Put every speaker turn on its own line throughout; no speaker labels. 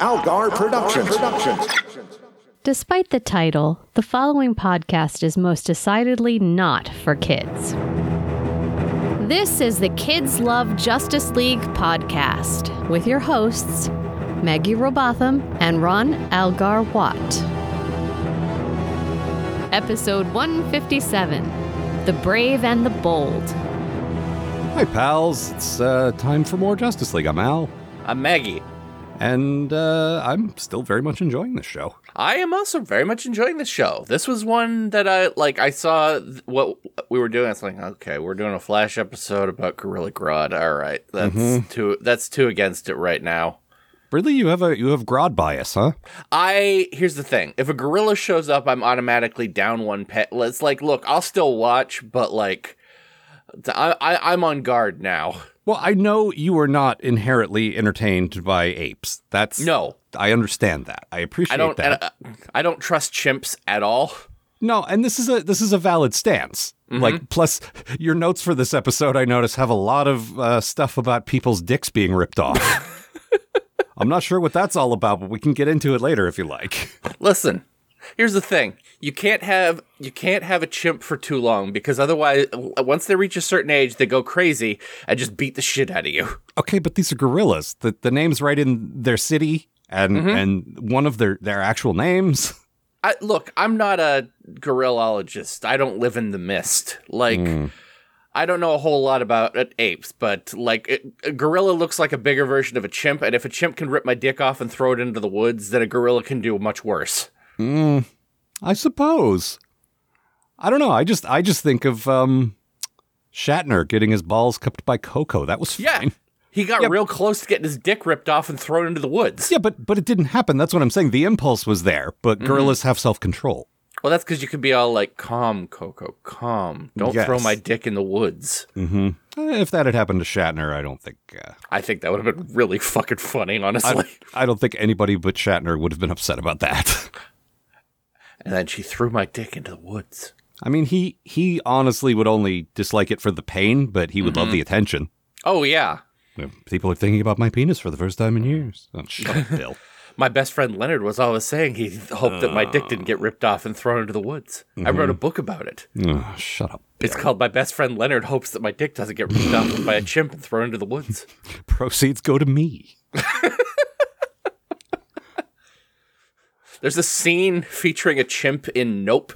Algar Productions.
Despite the title, the following podcast is most decidedly not for kids. This is the Kids Love Justice League podcast with your hosts, Maggie Robotham and Ron Algar Watt. Episode 157 The Brave and the Bold.
Hi, pals. It's uh, time for more Justice League. I'm Al,
I'm Uh, Maggie.
and uh, I'm still very much enjoying this show.
I am also very much enjoying this show. This was one that I like. I saw th- what we were doing. I was like, okay, we're doing a flash episode about Gorilla Grodd. All right, that's two. That's two against it right now.
Really, you have a you have Grodd bias, huh?
I here's the thing: if a gorilla shows up, I'm automatically down one pet. It's like, look, I'll still watch, but like, I, I I'm on guard now.
Well, I know you are not inherently entertained by apes. That's
No.
I understand that. I appreciate
I don't. uh,
that.
I, I don't trust chimps at all.
No, and this is a this is a valid stance.
Mm-hmm.
Like, plus your notes for this episode, I notice have a lot of uh, stuff about people's dicks being ripped off. I'm not sure what that's all about, but we can get into it later if you like.
Listen, here's the thing: you can't have you can't have a chimp for too long because otherwise, w- once they reach a certain age, they go crazy and just beat the shit out of you.
Okay, but these are gorillas. The the name's right in their city and and one of their their actual names.
I, look, I'm not a gorillalogist. I don't live in the mist. Like, I don't know a whole lot about uh, apes, but like, it, a gorilla looks like a bigger version of a chimp, and if a chimp can rip my dick off and throw it into the woods, then a gorilla can do much worse.
I suppose. I don't know. I just I just think of um Shatner getting his balls cupped by Coco. That was
Yeah.
fine.
He got
Yeah.
real close to getting his dick ripped off and thrown into the woods.
Yeah, but but it didn't happen. That's what I'm saying. The impulse was there, but gorillas have self control.
Well, that's because you could be all like, calm, Coco, calm. Don't
Yes.
throw my dick in the woods.
Eh, If that had happened to Shatner, I don't think uh,
I think that would have been really fucking funny, honestly.
I, I don't think anybody but Shatner would have been upset about that.
And then she threw my dick into the woods.
I mean, he he honestly would only dislike it for the pain, but he would love the attention.
Oh, yeah.
Yeah, People are thinking about my penis for the first time in years. Oh, shut up, Bill.
My best friend Leonard was always saying he hoped that my dick didn't get ripped off and thrown into the woods.
Mm-hmm.
I wrote a book about it.
Oh, shut up.
It's called My Best Friend Leonard Hopes That My Dick Doesn't Get Ripped Off by a Chimp and Thrown into the Woods.
Proceeds go to me.
There's a scene featuring a chimp in Nope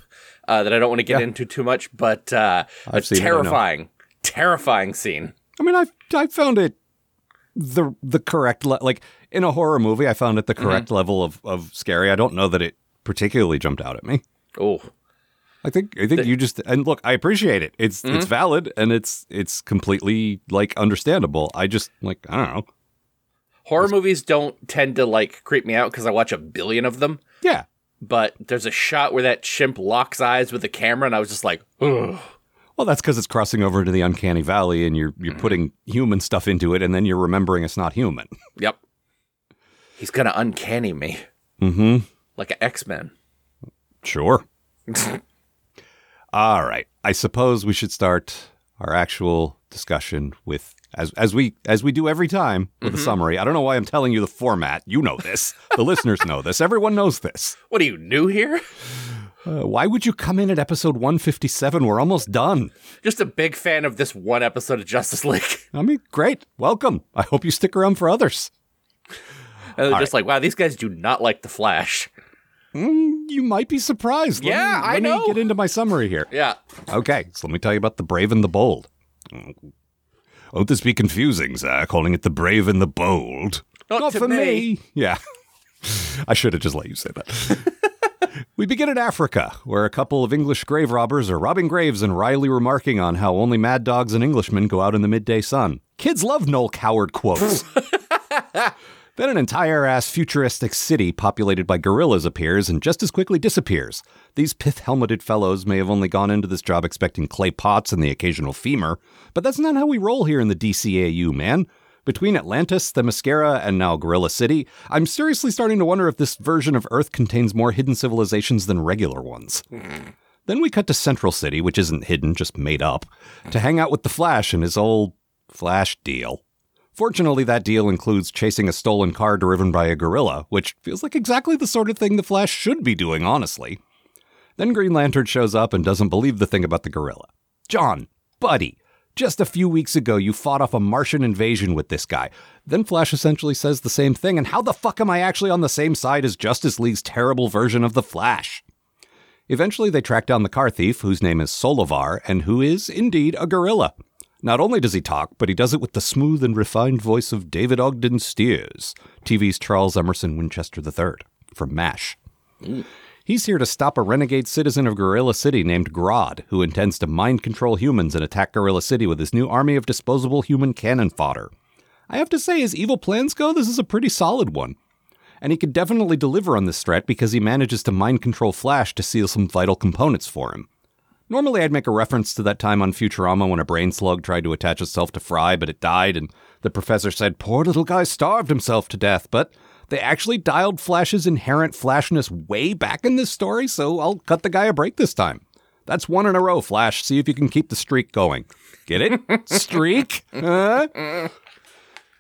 uh, that I don't want to get into too much, but uh, a
I've seen it, I know.
terrifying, terrifying scene.
I mean, I I found it the the correct le- like in a horror movie. I found it the correct level of of scary. I don't know that it particularly jumped out at me.
Oh,
I think I think you just and look. I appreciate it. It's it's valid and it's it's completely like understandable. I just like I don't know.
horror movies don't tend to like creep me out because I watch a billion of them.
Yeah.
But there's a shot where that chimp locks eyes with the camera, and I was just like, "Ugh."
Well, that's because it's crossing over into the uncanny valley, and you're you're putting human stuff into it, and then you're remembering it's not human.
"Yep, he's gonna uncanny me
Mm-hmm.
like an X Men."
Sure. All right. I suppose we should start our actual discussion with as as we as we do every time with
Mm-hmm.
a summary. I don't know why I'm telling you the format. You know this. the listeners know this. Everyone knows this.
what are you new here?
Uh, why would you come in at episode 157? We're almost done.
Just a big fan of this one episode of Justice League.
I mean, great. Welcome. I hope you stick around for others.
And they're just like, "Wow, these guys do not like the Flash."
Mm, you might be surprised. Let me-
Yeah, I
let me
know.
get into my summary here.
Yeah,
Okay, so let me tell you about the brave and the bold. Won't this be confusing, sir, calling it the brave and the bold?
Not to
for
me.
Yeah. I should have just let you say that. we begin in Africa, where a couple of English grave robbers are robbing graves and wryly remarking on how only mad dogs and Englishmen go out in the midday sun. Kids love Noel Coward quotes. Then an entire ass futuristic city populated by gorillas appears and just as quickly disappears. These pith helmeted fellows may have only gone into this job expecting clay pots and the occasional femur, but that's not how we roll here in the DCAU, man. Between Atlantis, the Mascara, and now Gorilla City, I'm seriously starting to wonder if this version of Earth contains more hidden civilizations than regular ones. Then we cut to Central City, which isn't hidden, just made up, to hang out with the Flash and his old Flash deal. Fortunately, that deal includes chasing a stolen car driven by a gorilla, which feels like exactly the sort of thing the Flash should be doing, honestly. Then Green Lantern shows up and doesn't believe the thing about the gorilla. John, buddy, just a few weeks ago you fought off a Martian invasion with this guy. Then Flash essentially says the same thing, and how the fuck am I actually on the same side as Justice League's terrible version of the Flash? Eventually, they track down the car thief, whose name is Solovar, and who is indeed a gorilla. Not only does he talk, but he does it with the smooth and refined voice of David Ogden Steers, TV's Charles Emerson Winchester III, from MASH. He's here to stop a renegade citizen of Gorilla City named Grodd, who intends to mind control humans and attack Gorilla City with his new army of disposable human cannon fodder. I have to say, as evil plans go, this is a pretty solid one and he could definitely deliver on this strat because he manages to mind control Flash to steal some vital components for him. Normally, I'd make a reference to that time on Futurama when a brain slug tried to attach itself to Fry, but it died, and the professor said, Poor little guy starved himself to death, but they actually dialed Flash's inherent flashness way back in this story, so I'll cut the guy a break this time. That's one in a row, Flash. See if you can keep the streak going. Get it? streak? Huh?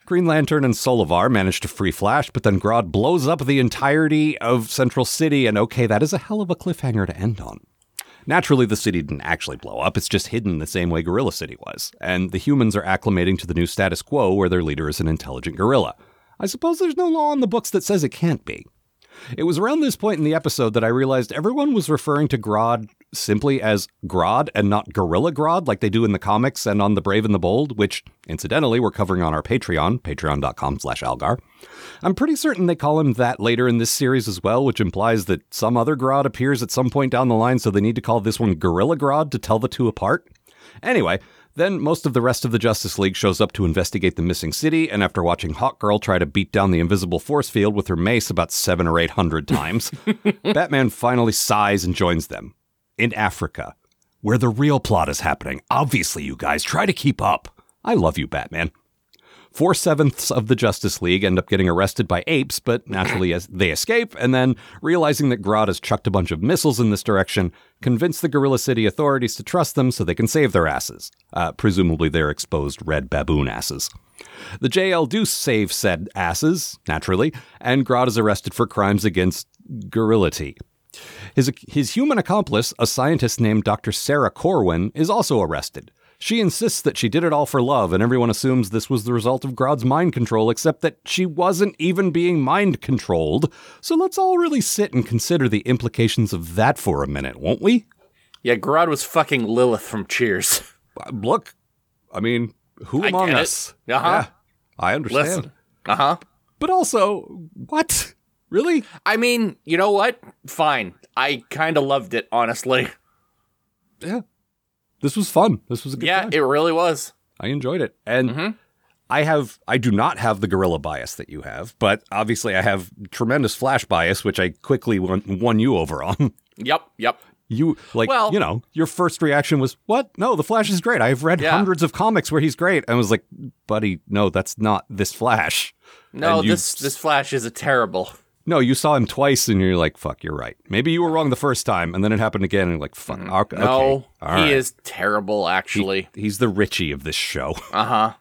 Green Lantern and Solovar manage to free Flash, but then Grodd blows up the entirety of Central City, and okay, that is a hell of a cliffhanger to end on. Naturally, the city didn't actually blow up, it's just hidden the same way Gorilla City was, and the humans are acclimating to the new status quo where their leader is an intelligent gorilla. I suppose there's no law in the books that says it can't be. It was around this point in the episode that I realized everyone was referring to Grodd simply as Grodd and not Gorilla Grodd like they do in the comics and on The Brave and the Bold, which, incidentally, we're covering on our Patreon, patreon.com slash Algar. I'm pretty certain they call him that later in this series as well, which implies that some other Grodd appears at some point down the line, so they need to call this one Gorilla Grodd to tell the two apart. Anyway, then most of the rest of the Justice League shows up to investigate the missing city, and after watching Hawkgirl try to beat down the invisible force field with her mace about seven or eight hundred times, Batman finally sighs and joins them. In Africa, where the real plot is happening. Obviously, you guys try to keep up. I love you, Batman. Four sevenths of the Justice League end up getting arrested by apes, but naturally as they escape, and then, realizing that Grodd has chucked a bunch of missiles in this direction, convince the Gorilla City authorities to trust them so they can save their asses. Uh, presumably their exposed red baboon asses. The JL do save said asses, naturally, and Grodd is arrested for crimes against gorility. His, his human accomplice, a scientist named Dr. Sarah Corwin, is also arrested. She insists that she did it all for love, and everyone assumes this was the result of Grodd's mind control, except that she wasn't even being mind controlled. So let's all really sit and consider the implications of that for a minute, won't we?
Yeah, Grodd was fucking Lilith from Cheers.
Uh, Look, I mean, who
I
among
get it.
us?
Uh-huh.
Yeah, I understand.
Listen. Uh huh.
But also, what? Really?
I mean, you know what? Fine. I kind of loved it, honestly.
Yeah. This was fun. This was a good
Yeah,
time.
it really was.
I enjoyed it. And
Mm-hmm.
I have I do not have the gorilla bias that you have, but obviously I have tremendous flash bias, which I quickly won, won you over on.
Yep, yep.
You like
Well-
you know, your first reaction was, What? No, the Flash is great. I've read
Yeah.
hundreds of comics where he's great. And I was like, buddy, no, that's not this Flash.
No,
And you-
this this Flash is a terrible.
No, you saw him twice and you're like, fuck, you're right. Maybe you were wrong the first time, and then it happened again, and you're like, fuck, okay,
Mm-hmm. No,
all
he
right.
is terrible. Actually,
He's the Richie of this show.
uh huh.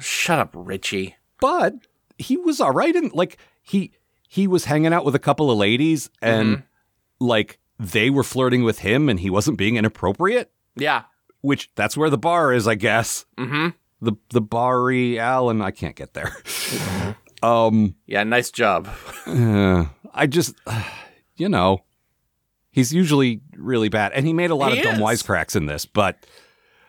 Shut up, Richie.
but he was all right and like he he was hanging out with a couple of ladies and
Mm-hmm.
like they were flirting with him and he wasn't being inappropriate
Yeah.
which that's where the bar is i guess
Mm-hmm.
the the barry allen i can't get there
Mm-hmm.
um
Yeah. Nice job.
uh, i just you know he's usually really bad and he made a lot
He
of dumb
is.
wisecracks in this but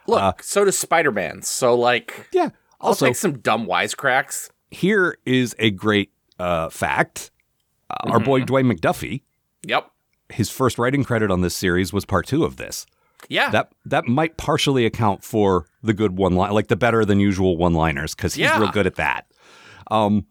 Look, so does Spider Man. So like,
yeah Uh, also
I'll take some dumb wisecracks.
here is a great uh fact uh, our boy
Mm-hmm.
dwayne mcduffie
Yep.
his first writing credit on this series was part two of this.
Yeah.
That that might partially account for the good one line, like the better than usual one liners, because he's
Yeah.
real good at that. Um,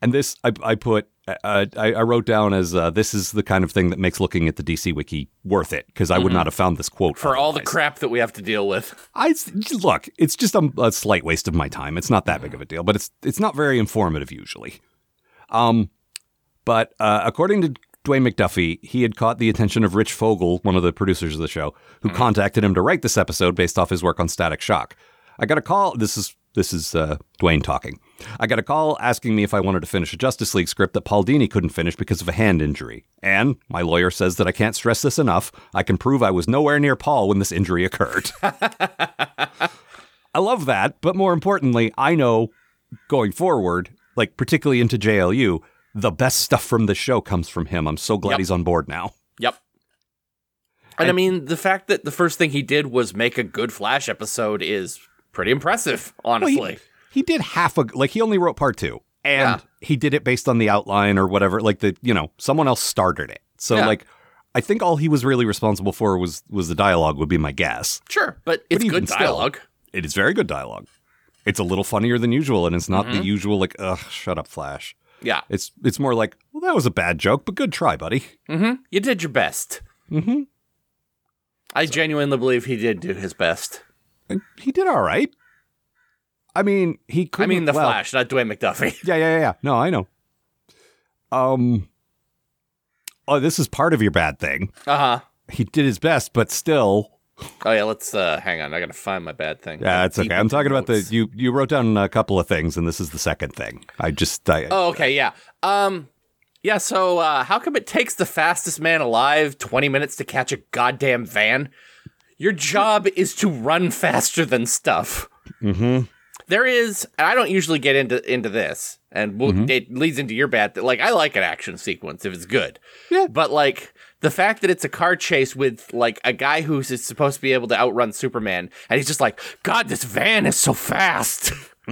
and this I, I put uh, I, I wrote down as uh, this is the kind of thing that makes looking at the DC wiki worth it because I would not have found this quote
Mm-hmm. for all the
otherwise.
crap that we have to deal with.
I look, it's just a, a slight waste of my time. It's not that big of a deal, but it's it's not very informative usually. Um, but uh, according to Dwayne McDuffie, he had caught the attention of Rich Fogel, one of the producers of the show, who contacted him to write this episode based off his work on Static Shock. I got a call. This is This is uh, Dwayne talking. I got a call asking me if I wanted to finish a Justice League script that Paul Dini couldn't finish because of a hand injury. And my lawyer says that I can't stress this enough. I can prove I was nowhere near Paul when this injury occurred. I love that, but more importantly, I know going forward, like particularly into JLU, the best stuff from the show comes from him. I'm so glad
Yep.
he's on board now.
Yep. And I mean, the fact that the first thing he did was make a good Flash episode is pretty impressive, honestly.
Well, he, he did half a like he only wrote part two, and
Yeah.
he did it based on the outline or whatever. Like the you know someone else started it, so
Yeah.
like I think all he was really responsible for was was the dialogue. Would be my guess.
sure, but it's
even
good
still.
dialogue.
It is very good dialogue. It's a little funnier than usual, and it's not
Mm-hmm.
the usual like ugh shut up Flash.
Yeah.
It's it's more like well that was a bad joke, but good try, buddy.
Mm-hmm. You did your best.
Mm-hmm.
I genuinely believe he did do his best.
And he did all right. I mean, he could.
I mean, the
well,
Flash, not Dwayne McDuffie.
Yeah, yeah, yeah, yeah. No, I know. Um. Oh, this is part of your bad thing.
Uh huh.
He did his best, but still.
Oh yeah, let's uh, hang on. I gotta find my bad thing.
Yeah, it's
Deep
okay.
in
I'm talking about the
notes.
you. You wrote down a couple of things, and this is the second thing. I just. I,
Oh okay, yeah. Um, yeah. So uh, how come it takes the fastest man alive 20 minutes to catch a goddamn van? Your job is to run faster than stuff.
Mhm.
There is, and I don't usually get into into this, and we'll, it leads into your bad. Th- like I like an action sequence if it's good,
Yeah.
But like the fact that it's a car chase with like a guy who's is supposed to be able to outrun Superman, and he's just like, God, this van is so fast.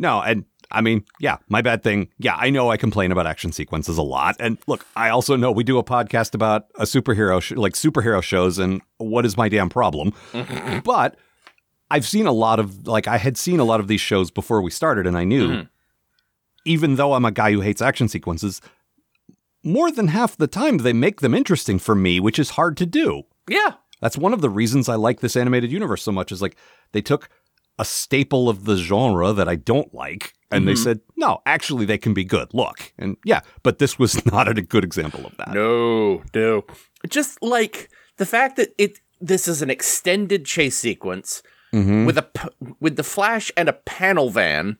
No, and I mean, yeah, my bad thing. Yeah, I know I complain about action sequences a lot. And look, I also know we do a podcast about a superhero, sh- like superhero shows, and what is my damn problem? but I've seen a lot of, like, I had seen a lot of these shows before we started, and I knew, even though I'm a guy who hates action sequences, more than half the time they make them interesting for me, which is hard to do.
yeah,
That's one of the reasons I like this animated universe so much is like they took a staple of the genre that I don't like and
Mm-hmm.
they said, "No, actually they can be good. Look." And yeah, but this was not a good example of that.
No, no. Just like the fact that it this is an extended chase sequence with a p- with the Flash and a panel van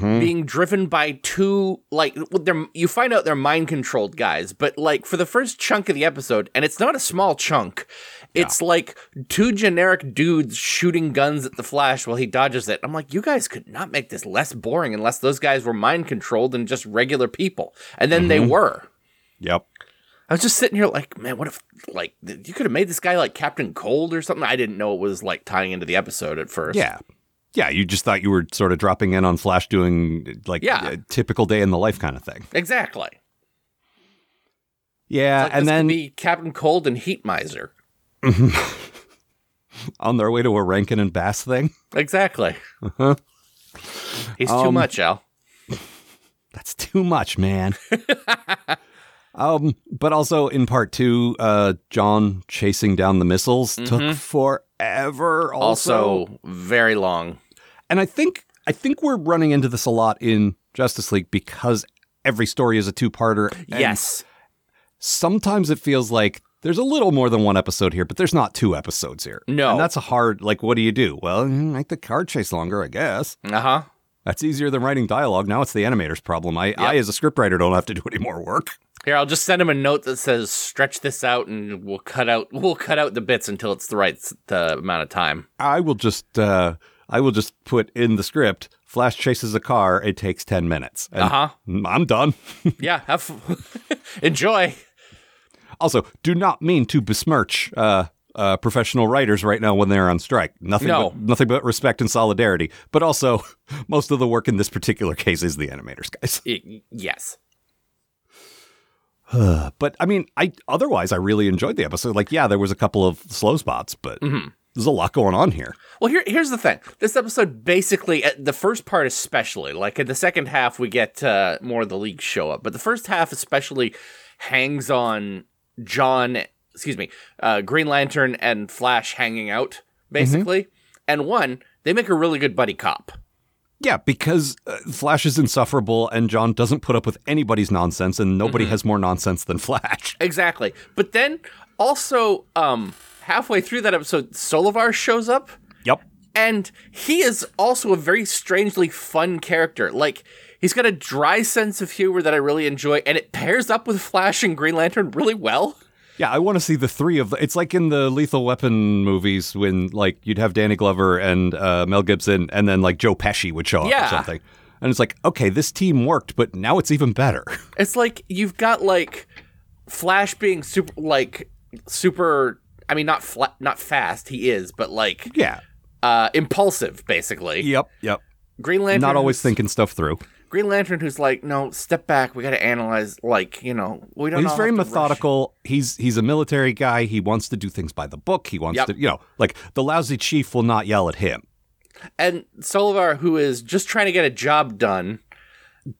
being driven by two like well, they're you find out they're mind controlled guys, but like for the first chunk of the episode, and it's not a small chunk. It's like two generic dudes shooting guns at the Flash while he dodges it. I'm like, you guys could not make this less boring unless those guys were mind controlled and just regular people. And then they were.
Yep.
I was just sitting here like, man, what if like th- you could have made this guy like Captain Cold or something? I didn't know it was like tying into the episode at first.
Yeah. Yeah, you just thought you were sort of dropping in on Flash doing like
Yeah.
a typical day in the life kind of thing.
exactly.
Yeah,
Like, this
Uh, and
could
then
be Captain Cold and Heat Miser.
on their way to a Rankin and Bass thing.
Exactly. He's
Um,
too much, Al.
That's too much, man. um, but also in part two, uh, John chasing down the missiles took forever. Also.
Mm-hmm. Also, very long.
and I think I think we're running into this a lot in Justice League because every story is a two-parter. and
yes.
sometimes it feels like there's a little more than one episode here, but there's not two episodes here.
No.
and that's a hard. Like, what do you do? Well, make the car chase longer, I guess.
Uh huh.
That's easier than writing dialogue. Now it's the animator's problem. I, I as a scriptwriter, don't have to do any more work.
Here, I'll just send him a note that says stretch this out, and we'll cut out we'll cut out the bits until it's the right s- the amount of time.
I will just uh, I will just put in the script. Flash chases a car. It takes ten minutes. And Mm,
Uh huh.
I'm done.
Yeah. Have f- enjoy.
also, do not mean to besmirch uh, uh, professional writers right now when they're on strike. Nothing,
No.
but, nothing but respect and solidarity. But also, most of the work in this particular case is the animators, guys.
Y- yes.
But I mean, I otherwise I really enjoyed the episode. Like, yeah, there was a couple of slow spots, but there's a lot going on here.
Well, here, here's the thing. This episode basically, uh, the first part especially, like in the second half, we get uh, more of the league show up, but the first half especially hangs on John, excuse me, uh, Green Lantern and Flash hanging out, basically. And one, they make a really good buddy cop.
Yeah, because uh, Flash is insufferable, and John doesn't put up with anybody's nonsense, and nobody has more nonsense than Flash.
Exactly. But then also, um, halfway through that episode, Solovar shows up
Yep.
And he is also a very strangely fun character. Like, he's got a dry sense of humor that I really enjoy, and it pairs up with Flash and Green Lantern really well.
Yeah, I want to see the three of. The, it's like in the Lethal Weapon movies when like you'd have Danny Glover and uh, Mel Gibson, and then like Joe Pesci would show up or
Yeah.
something. And it's like, okay, this team worked, but now it's even better.
It's like you've got like Flash being super, like super. I mean, not fla- not fast. He is, but like
yeah.
uh, impulsive, basically.
Yep. Yep.
Green Lantern,
Not always
who's-
thinking stuff through.
Green Lantern, who's like, no, step back. We got to analyze. Like, you know, we don't.
He's
all
very
have to rush."
methodical. He's he's a military guy. He wants to do things by the book. He wants
Yep.
to, you know, like the lousy chief will not yell at him.
And Solovar, who is just trying to get a job done.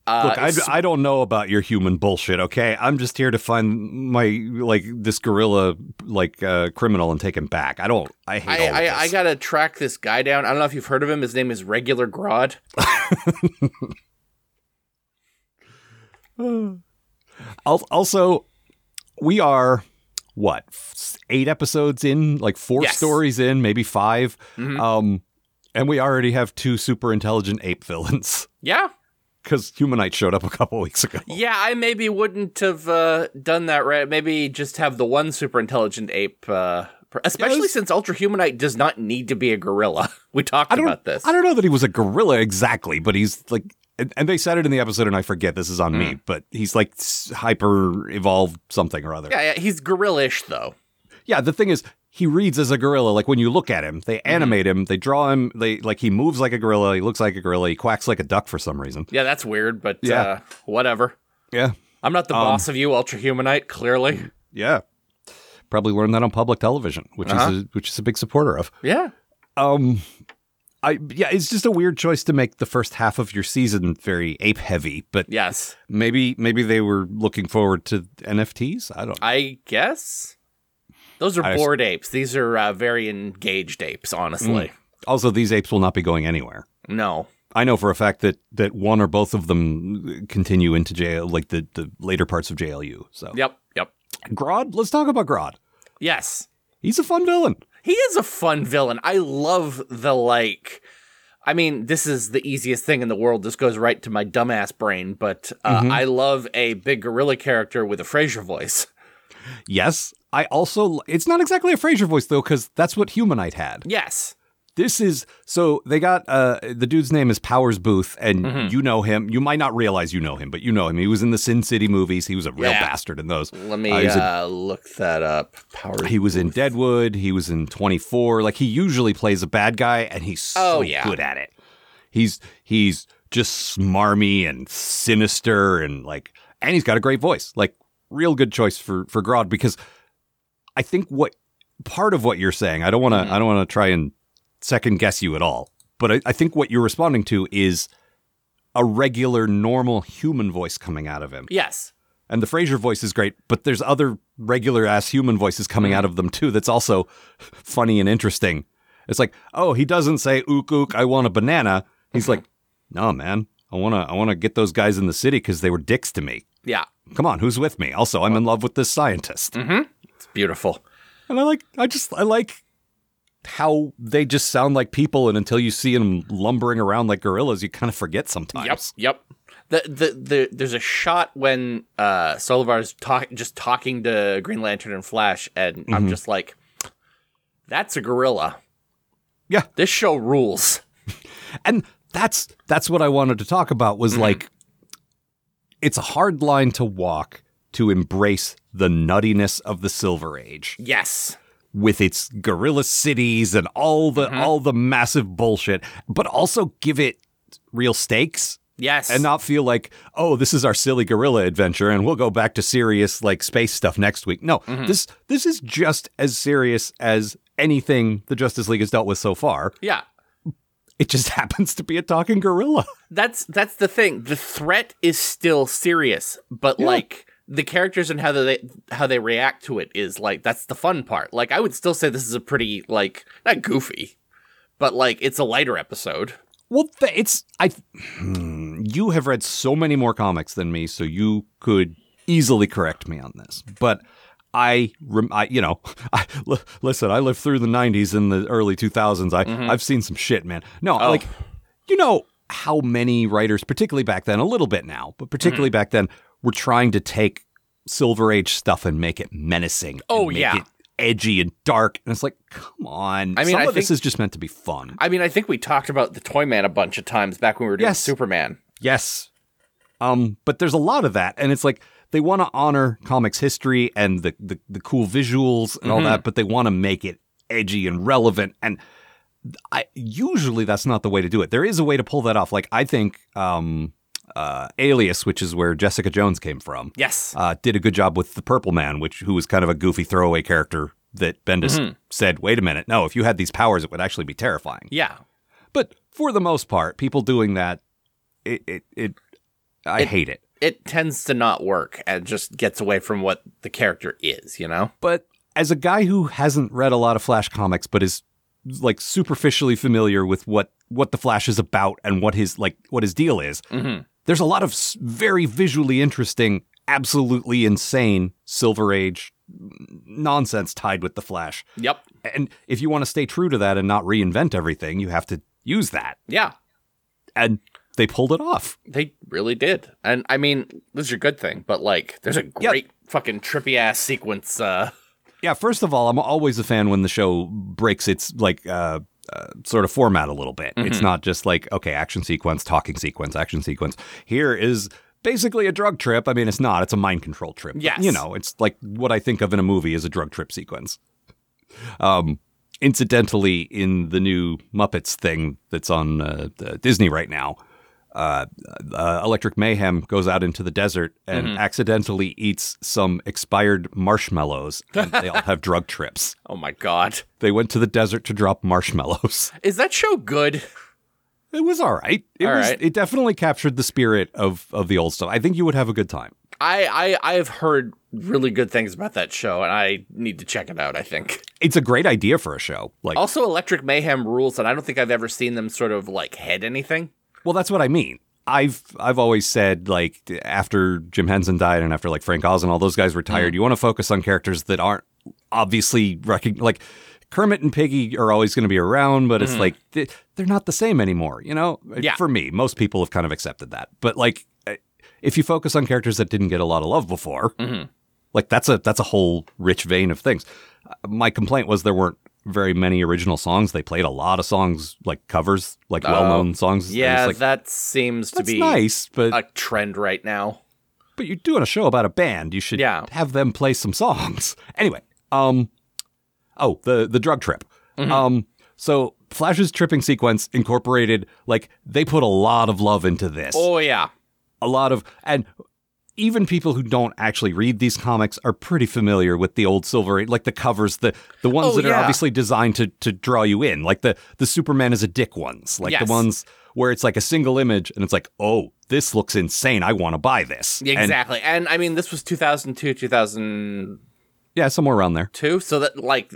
Uh,
Look, I,
is-
I don't know about your human bullshit. Okay, I'm just here to find my like this gorilla like uh, criminal and take him back. I don't. I hate. all of
I,
this.
I, I gotta track this guy down. I don't know if you've heard of him. His name is Regular Grodd.
Al- Also, we are what f- eight episodes in, like four
Yes.
stories in, maybe 5
Mhm.
um, and we already have two super intelligent ape villains
Yeah,
because Humanite showed up a couple weeks ago.
yeah. I maybe wouldn't have uh, done that right. Maybe just have the one super intelligent ape. Uh, pr- especially
was-
since Ultra Humanite does not need to be a gorilla. We talked
I don't.
about this.
I don't know that he was a gorilla exactly, but he's like, and, and they said it in the episode, and I forget. This is on
Mm.
me, but he's like s- hyper evolved something or other.
yeah, yeah, he's gorillish though.
Yeah, the thing is, he reads as a gorilla. Like when you look at him,
Mm-hmm.
they animate him, they draw him, they like he moves like a gorilla, he looks like a gorilla, he quacks like a duck for some reason.
Yeah, that's weird, but
Yeah. Um,
uh, whatever.
Yeah,
I'm not the boss of you, Ultra Humanite. Clearly,
yeah. Probably learned that on public television, which
Uh-huh.
is a, which is a big supporter of.
yeah.
Um, I yeah, it's just a weird choice to make the first half of your season very ape heavy, but
Yes,
maybe maybe they were looking forward to NFTs. I don't.
I guess those are
I-
bored apes. These are uh, very engaged apes.
Hmm.
Honestly,
Also, these apes will not be going anywhere.
no.
I know for a fact that that one or both of them continue into jail, like the the later parts of JLU. So
Yep, yep.
Grodd, let's talk about Grodd.
Yes.
He's a fun villain.
He is a fun villain. I love the like I mean, this is the easiest thing in the world. This goes right to my dumbass brain, but uh,
Mm-hmm.
I love a big gorilla character with a Frasier voice.
Yes, I also. It's not exactly a Frasier voice though, because that's what Humanite had.
Yes.
This is so they got uh the dude's name is Powers Booth, and you know him. You might not realize you know him, but you know him. He was in the Sin City movies. He was a real
Yeah.
bastard in those.
Let me
Uh, he's a-
uh, look that up. Power.
He was in Deadwood. He was in 24. Like he usually plays a bad guy, and he's so
Oh, yeah.
good at it. He's he's just smarmy and sinister, and like, and he's got a great voice. Like, real good choice for for Grodd because I think what part of what you're saying. I don't want to.
Mm-hmm.
I don't want to try and second guess you at all. But I, I think what you're responding to is a regular, normal human voice coming out of him
yes.
and the Fraser voice is great, but there's other regular ass human voices coming out of them too. That's also funny and interesting. It's like, oh, he doesn't say "ook ook," I want a banana. He's like, no, man, I wanna, I wanna get those guys in the city because they were dicks to me.
Yeah.
Come on, who's with me? Also, I'm in love with this scientist,
It's beautiful.
and I like, I just, I like how they just sound like people, and until you see them lumbering around like gorillas, you kind of forget sometimes.
Yep. Yep. The, the the there's a shot when uh Solovar's talk just talking to Green Lantern and Flash and
Mm-hmm.
I'm just like that's a gorilla.
Yeah.
This show rules.
and that's that's what I wanted to talk about was like it's a hard line to walk to embrace the nuttiness of the silver age
Yes.
with its gorilla cities and all the all the massive bullshit but also give it real stakes
Yes.
and not feel like oh this is our silly gorilla adventure and we'll go back to serious like space stuff next week no this this is just as serious as anything the justice league has dealt with so far
yeah.
it just happens to be a talking gorilla
That's that's the thing. The threat is still serious, but like the characters and how they how they react to it is like that's the fun part. Like I would still say this is a pretty like not goofy, but like it's a lighter episode.
Well, th- it's I. Hmm, You have read so many more comics than me, so you could easily correct me on this. But I, rem- I you know, I l- listen. I lived through the '90s and the early 2000s. I I've seen some shit, man. No,
Mm-hmm. Oh.
like, you know how many writers, particularly back then, a little bit now, but
Mm-hmm.
particularly back then, were trying to take Silver Age stuff and make it menacing. and
Oh,
make
yeah.
it edgy and dark. And it's like, come on.
I mean,
some
I
of this
think-
is just meant to be fun.
I mean, I think we talked about the Toy Man a bunch of times back when we were doing
Yes.
Superman.
Yes. Um, but there's a lot of that, and it's like they want to honor comics history and the the, the cool visuals and all that, but they want to make it edgy and relevant. And I usually that's not the way to do it. There is a way to pull that off. Like I think um, uh, Alias, which is where Jessica Jones came from,
Yes.
uh, did a good job with the Purple Man, which who was kind of a goofy throwaway character that Bendis said, "Wait a minute, no, if you had these powers, it would actually be terrifying."
yeah.
But for the most part, people doing that, it it, it I hate it.
It tends to not work and just gets away from what the character is, you know?
But as a guy who hasn't read a lot of Flash comics, but is like superficially familiar with what what the Flash is about and what his like what his deal is, there's a lot of s- very visually interesting, absolutely insane Silver Age nonsense tied with the Flash.
Yep.
And if you want to stay true to that and not reinvent everything, you have to use that.
Yeah.
And they pulled it off.
They really did. And I mean, this is a good thing, but like, there's a great fucking trippy ass sequence. Uh,
Yeah, first of all, I'm always a fan when the show breaks its like uh, uh, sort of format a little bit. It's not just like okay, action sequence, talking sequence, action sequence. Here is basically a drug trip. I mean, it's not; it's a mind control trip. But,
Yes.
you know, it's like what I think of in a movie is a drug trip sequence. Um, incidentally, in the new Muppets thing that's on uh, uh, Disney right now. Uh, uh, Electric Mayhem goes out into the desert and accidentally eats some expired marshmallows, and they all have drug trips.
oh my God.
They went to the desert to drop marshmallows.
Is that show good?
It was all right. It
All
was.
right.
It definitely captured the spirit of of the old stuff. I think you would have a good time.
I, I I've heard really good things about that show, and I need to check it out. I think
It's a great idea for a show. Like,
also Electric Mayhem rules, and I don't think I've ever seen them sort of like head anything.
well, that's what I mean. I've I've always said like after Jim Henson died and after like Frank Oz and all those guys
Mm.
retired, you want to focus on characters that aren't obviously recog like Kermit and Piggy are always going to be around, but it's like th- they're not the same anymore. You know,
Mm. Yeah.
for me, most people have kind of accepted that. But like, eh, if you focus on characters that didn't get a lot of love before,
Mm-hmm.
like that's a that's a whole rich vein of things. Uh, My complaint was there weren't very many original songs. They played a lot of songs like covers, like well-known songs. and it's
Oh, Yeah,
like,
that seems to
that's
be
nice, but
a trend right now.
but you're doing a show about a band. You should
Yeah.
have them play some songs. Anyway, um, oh the the drug trip.
Mm-hmm.
Um, so Flash's tripping sequence incorporated like they put a lot of love into this.
Oh yeah,
A lot of and even people who don't actually read these comics are pretty familiar with the old silver Age- like the covers the the ones
Oh,
that are
yeah.
obviously designed to to draw you in like the the superman is a dick ones like
Yes.
the ones where it's like a single image and it's like oh this looks insane i want to buy this And-
exactly. And, I mean, this was 2002, 2002,
Yeah, somewhere around there.
so that like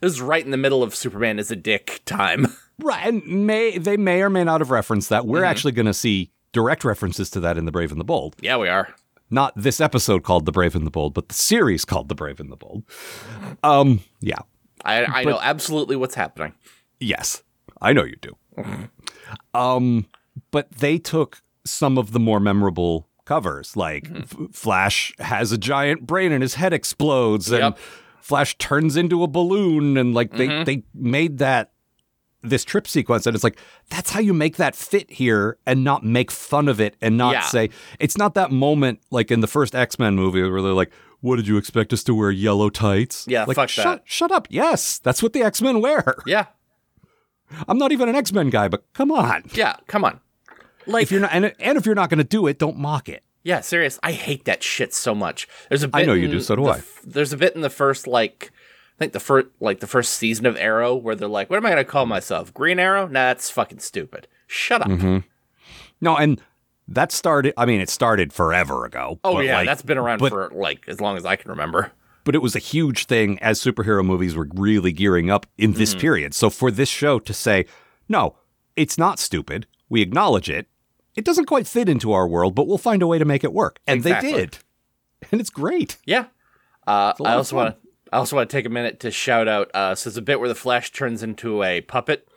this is right in the middle of Superman is a dick time.
Right, and may they may or may not have referenced that. We're actually going to see direct references to that in The Brave and the Bold.
yeah, we are.
Not this episode called The Brave and the Bold, but the series called The Brave and the Bold. Um, yeah.
I I know absolutely what's happening.
Yes, I know you do. um, but they took some of the more memorable covers, like
Mm-hmm.
F- Flash has a giant brain and his head explodes, and
Yep. Mm-hmm.
Flash turns into a balloon, and like they they made that this trip sequence, and it's like that's how you make that fit here, and not make fun of it, and not
Yeah.
say it's not that moment like in the first X Men movie where they're like. What did you expect us to wear yellow tights?
Yeah,
like,
fuck
shut,
that.
Shut up. Yes, that's what the X Men wear.
Yeah,
I'm not even an X Men guy, but come on.
yeah. Come on. Like
If you're not, and, and if you're not going to do it, don't mock it.
Yeah, serious. I hate that shit so much. There's a bit
I know you
in
do, so do
the
I.
f- there's a bit in the first like I think the first like the first season of Arrow where they're like, "What am I going to call myself? Green Arrow? Nah, that's fucking stupid. Shut up."
No, and that started. I mean, it started forever ago.
Oh
but,
yeah,
like-
that's been around
but-
for like as long as I can remember.
But it was a huge thing as superhero movies were really gearing up in this
Mm-hmm.
period. So for this show to say, no, it's not stupid. We acknowledge it. It doesn't quite fit into our world, but we'll find a way to make it work, and
Exactly.
they did, and it's great.
Yeah. Uh,
a lot
I
of
also
fun.
want to. I also want to take a minute to shout out. Uh, so it's a bit where the Flash turns into a puppet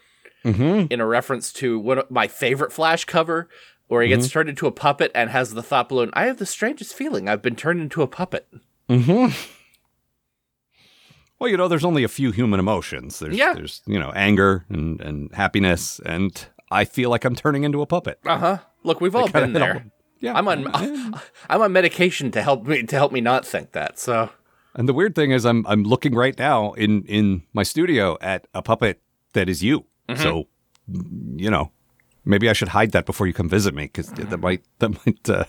Mm-hmm.
in a reference to one of my favorite Flash cover, where he gets
Mm-hmm.
turned into a puppet and has the thought balloon. I have the strangest feeling. I've been turned into a puppet.
Mm-hmm. Well, you know, there's only a few human emotions. There's,
Yeah.
there's you know, anger and, and happiness, and I feel like I'm turning into a puppet.
Uh huh. Look, we've all
Uh-huh. kinda
been there.
Yeah.
I'm on. I'm on medication to help me to help me not think that. So
And the weird thing is, I'm I'm looking right now in in my studio at a puppet that is you.
Mm-hmm.
So, you know, maybe I should hide that before you come visit me because that might that might uh,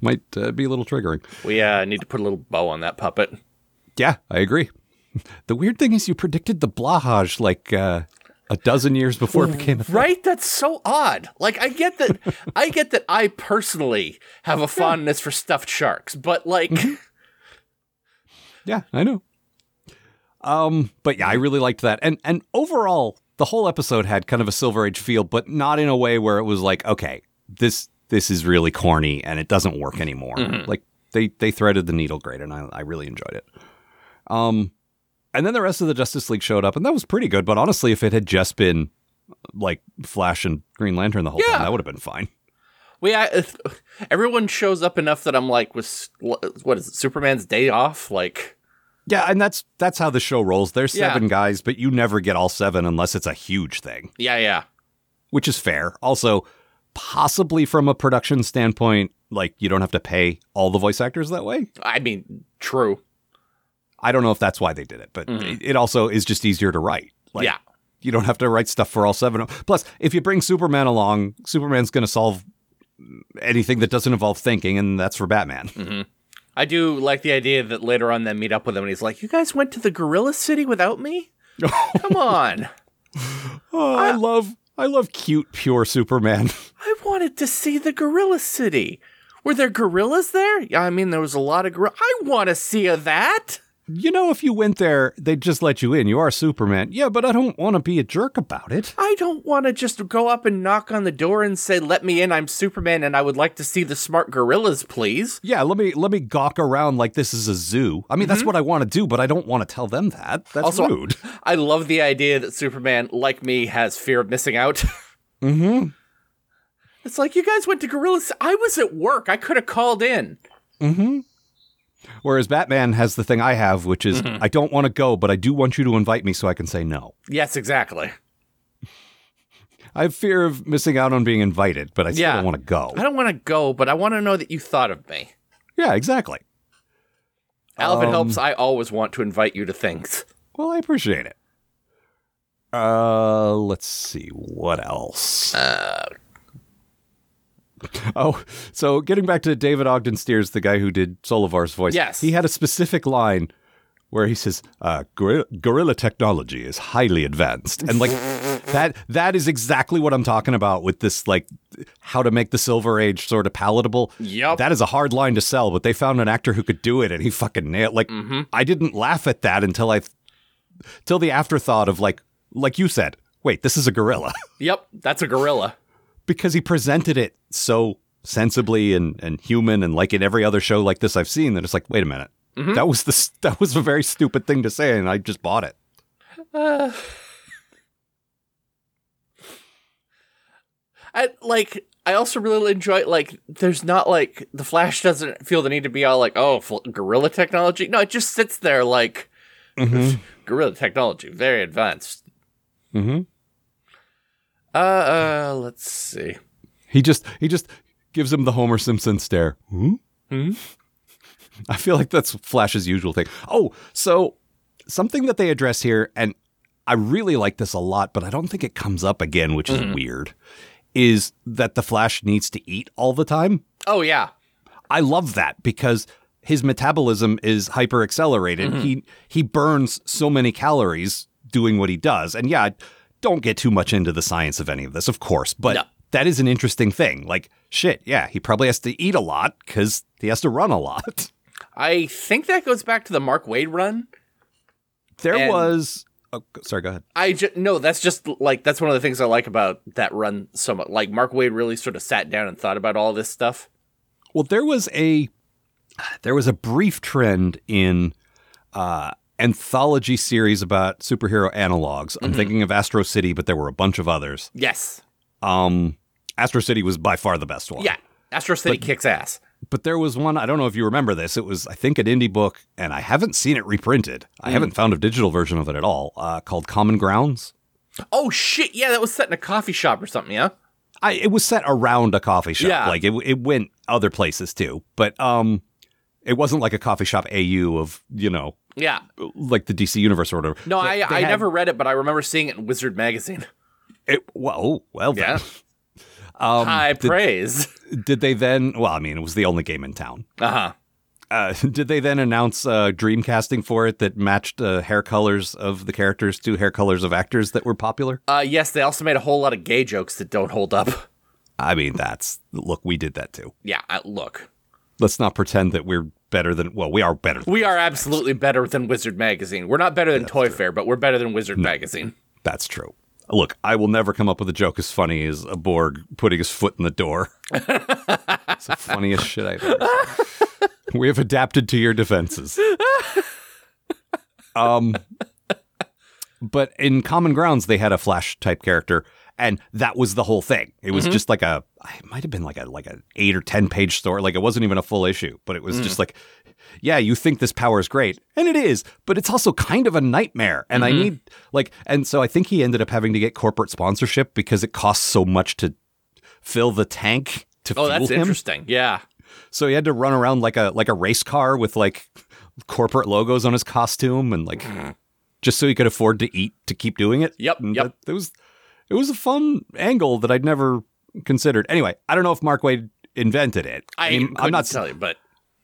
might uh, be a little triggering.
we uh, need to put a little bow on that puppet.
Yeah, I agree. The weird thing is, you predicted the blahage like uh, a dozen years before it became a thing.
Right? That's so odd. Like I get that I get that I personally have a fondness for stuffed sharks, but like
Yeah, I know. Um, but yeah, I really liked that. And and overall, the whole episode had kind of a silver age feel, but not in a way where it was like, okay, this this is really corny and it doesn't work anymore. Like they they threaded the needle great and I I really enjoyed it. Um and then the rest of the Justice League showed up and that was pretty good, but honestly, if it had just been like Flash and Green Lantern the whole
Yeah.
time, that would have been fine.
we I, if- everyone shows up enough that I'm like was what is it? Superman's day off? Like
Yeah, and that's that's how the show rolls. There's
Yeah.
seven guys, but you never get all seven unless it's a huge thing.
yeah, yeah.
which is fair. Also, possibly from a production standpoint, like you don't have to pay all the voice actors that way.
I mean, true.
I don't know if that's why they did it, but
Mhm.
it- it also is just easier to write. Like,
yeah.
You don't have to write stuff for all seven. of- Plus, if you bring Superman along, Superman's going to solve anything that doesn't involve thinking, and that's for Batman.
I do like the idea that later on they meet up with him and he's like, "You guys went to the gorilla city without me? Come on.
Oh, I love, I love cute, pure Superman.
I wanted to see the gorilla city. Were there gorillas there? Yeah, I mean there was a lot of gorilla. I want to see a that."
you know, if you went there, they'd just let you in. You are Superman. Yeah, but I don't want to be a jerk about it.
I don't want to just go up and knock on the door and say, "Let me in. I'm Superman, and I would like to see the smart gorillas, please."
Yeah, let me let me gawk around like this is a zoo. I mean, that's what I want to do, but I don't want to tell them that. That's
Mm-hmm. Also-
rude.
I love the idea that Superman, like me, has fear of missing out.
Mm-hmm.
it's like you guys went to gorillas. I was at work. I could have called in.
Mm-hmm. Whereas Batman has the thing I have, which is
Mm-hmm.
I don't want to go, but I do want you to invite me so I can say no.
Yes, exactly.
I have fear of missing out on being invited, but I still
Yeah.
don't want to go.
I don't want to go, but I want to know that you thought of me.
Yeah, exactly.
Al, if it
Um,
helps, I always want to invite you to things.
Well, I appreciate it. Uh, let's see what else.
Uh.
oh, so getting back to David Ogden Steers, the guy who did Solovar's voice.
Yes.
he had a specific line where he says, uh, gorilla, "Gorilla technology is highly advanced," and like that—that that is exactly what I'm talking about with this, like how to make the Silver Age sort of palatable.
Yup.
that is a hard line to sell, but they found an actor who could do it, and he fucking nailed. Like I didn't laugh at that until I till the afterthought of like like you said wait this is a gorilla
Yep, that's a gorilla.
because he presented it so sensibly and and human and like in every other show like this i've seen that it's like wait a minute that was the s- that was a very stupid thing to say and i just bought it
Uh, I like. I also really enjoy like. There's not like the Flash doesn't feel the need to be all like, oh, fl- gorilla technology. No, it just sits there like gorilla technology, very advanced.
mm-hmm.
Uh, uh let's see.
he just he just gives him the homer simpson stare hmm?
Hmm?
i feel like that's flash's usual thing oh so something that they address here and i really like this a lot but i don't think it comes up again which is weird is that the flash needs to eat all the time
Oh yeah,
I love that because his metabolism is hyper accelerated.
Mm-hmm.
He he burns so many calories doing what he does. And yeah, don't get too much into the science of any of this, of course, but
No.
that is an interesting thing. Like shit, yeah, he probably has to eat a lot cuz he has to run a lot.
I think that goes back to the Mark Wade run.
There
And-
was Oh, go- sorry, go ahead.
I just no, that's just like that's one of the things I like about that run so much. Like Mark Wade really sort of sat down and thought about all this stuff.
Well, there was a there was a brief trend in uh, anthology series about superhero analogs.
Mm-hmm.
I'm thinking of Astro City, but there were a bunch of others.
Yes.
Um, Astro City was by far the best one.
Yeah. Astro City kicks ass.
But there was one, I don't know if you remember this. It was, I think, an indie book, and I haven't seen it reprinted.
Mm.
I haven't found a digital version of it at all, uh, called Common Grounds.
Oh shit! Yeah, that was set in a coffee shop or something. Yeah.
I, it was set around a coffee shop.
Yeah.
Like it, it went other places too, but um, it wasn't like a coffee shop AU of, you know,
Yeah.
like the DC Universe or whatever.
No, I I
had-
never read it, but I remember seeing it in Wizard magazine.
It, well, oh, well, then.
Yeah.
Um,
High
did-
praise.
did they then well i mean it was the only game in town
Uh huh.
uh, did they then announce uh, dream casting for it that matched uh, hair colors of the characters to hair colors of actors that were popular
Uh, yes, they also made a whole lot of gay jokes that don't hold up.
i mean that's look we did that too
Yeah, I, look,
let's not pretend that we're better than well we are better than,
we are absolutely better than Wizard Magazine. We're not better than Toy Fair, but we're better than Wizard Magazine.
that's true look i will never come up with a joke as funny as a borg putting his foot in the door it's the funniest shit i've ever seen. we have adapted to your defenses Um, but in Common Grounds, they had a Flash type character, and that was the whole thing. It
Mm-hmm.
was just like a, it might have been like a like an eight or ten page story. Like it wasn't even a full issue, but it was
Mm.
just like, yeah, you think this power is great, and it is, but it's also kind of a nightmare. And
Mm-hmm.
I need like, and so I think he ended up having to get corporate sponsorship because it costs so much to fill the tank to
Oh,
fuel
that's
him.
interesting. Yeah.
So he had to run around like a like a race car with like corporate logos on his costume and like just so he could afford to eat to keep doing it.
Mm-hmm. Yep,
And
yep.
That, that was it was a fun angle that I'd never considered. Anyway, I don't know if Mark Wade invented it.
I,
mean,
couldn't
I'm not
tell you, but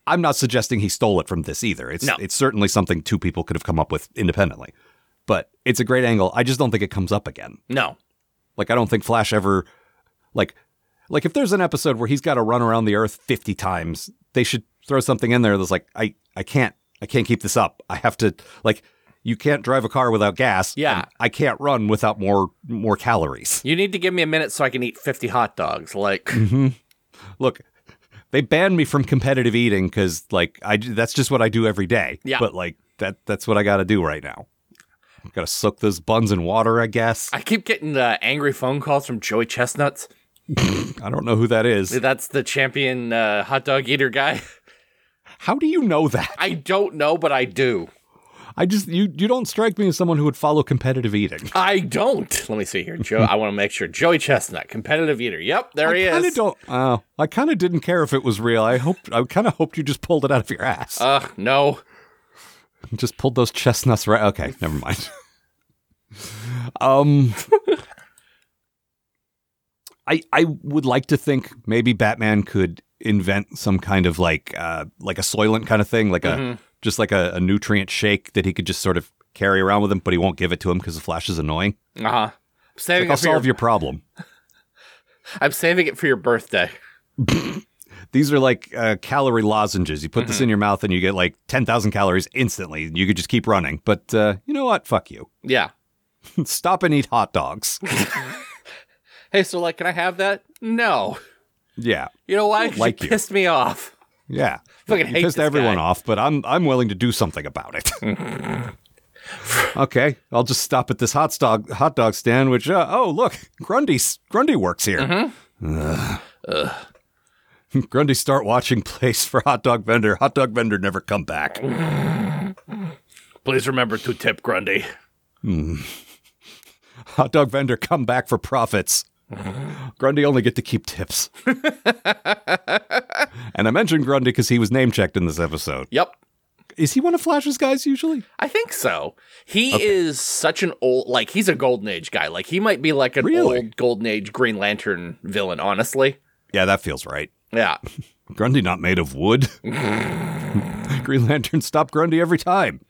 I'm not suggesting he stole it from this either. It's
No.
it's certainly something two people could have come up with independently. But it's a great angle. I just don't think it comes up again.
no.
Like I don't think Flash ever like like if there's an episode where he's got to run around the earth 50 times, they should throw something in there that's like I I can't I can't keep this up. I have to like you can't drive a car without gas.
Yeah.
and I can't run without more more calories.
You need to give me a minute so I can eat 50 hot dogs. Like,
Mm-hmm. Look, they banned me from competitive eating cuz like I j- that's just what I do every day.
Yeah.
But like that that's what I got to do right now. Got to soak those buns in water, I guess.
I keep getting uh, angry phone calls from Joey Chestnuts.
I don't know who that is.
That's the champion uh, hot dog eater guy.
How do you know that?
I don't know, but I do.
I just you you don't strike me as someone who would follow competitive eating.
I don't. Let me see here. Joe, I want to make sure. Joey Chestnut, competitive eater. Yep, there he
I kind of
is.
don't. Uh, I kind of didn't care if it was real. I hope I kind of hoped you just pulled it out of your ass.
Ugh, no.
just pulled those chestnuts right. Okay, never mind. um, I I would like to think maybe Batman could invent some kind of like uh like a soylent kind of thing, like a
Mm-hmm.
just like a, a nutrient shake that he could just sort of carry around with him, but he won't give it to him because the Flash is annoying.
Uh huh. I'm saving,
Like, I'll
it for your,
solve your problem.
I'm saving it for your birthday.
These are like uh, calorie lozenges. You put
Mm-hmm.
this in your mouth and you get like 10,000 calories instantly. You could just keep running. But uh, you know what? Fuck you.
Yeah.
Stop and eat hot dogs.
Hey, so, like, can I have that? No.
yeah.
You know why? 'Cause
like
you
you.
pissed me off.
Yeah.
Fucking
you
hate
pissed
this
everyone
guy.
off, but I'm I'm willing to do something about it. okay, I'll just stop at this hot dog hot dog stand. Which uh, oh look, Grundy's Grundy works here.
Mm-hmm.
Ugh. Grundy start watching place for hot dog vendor. Hot dog vendor never come back.
Please remember to tip Grundy.
hot dog vendor come back for profits. Grundy only get to keep tips. and I mentioned Grundy because he was name checked in this episode.
Yep.
Is he one of Flash's guys usually?
I think so. He is such an old, like, he's a Golden Age guy. Like, he might be like an
Really?
old Golden Age Green Lantern villain, honestly.
Yeah, that feels right.
Yeah.
Grundy not made of wood. Green Lantern stop Grundy every time.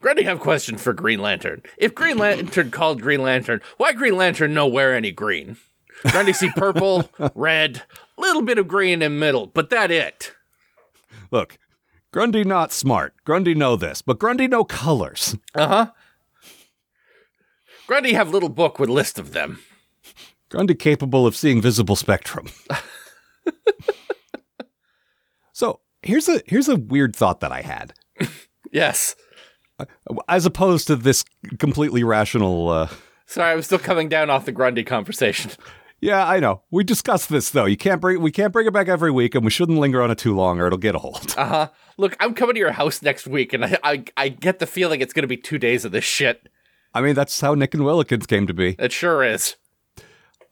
Grundy have question for Green Lantern. If Green Lantern called Green Lantern, why Green Lantern no wear any green? Grundy see purple, red, little bit of green in middle, but that it.
Look, Grundy not smart. Grundy know this, but Grundy know colors.
Grundy have little book with list of them.
Grundy capable of seeing visible spectrum. so here's a here's a weird thought that I had.
Yes.
as opposed to this completely rational. Uh,
Sorry, I'm still coming down off the Grundy conversation.
yeah, I know. We discussed this though. You can't bring we can't bring it back every week, and we shouldn't linger on it too long, or it'll get old.
Uh huh. Look, I'm coming to your house next week, and I, I, I get the feeling it's going to be two days of this shit.
I mean, that's how Nick and Willikins came to be.
It sure is.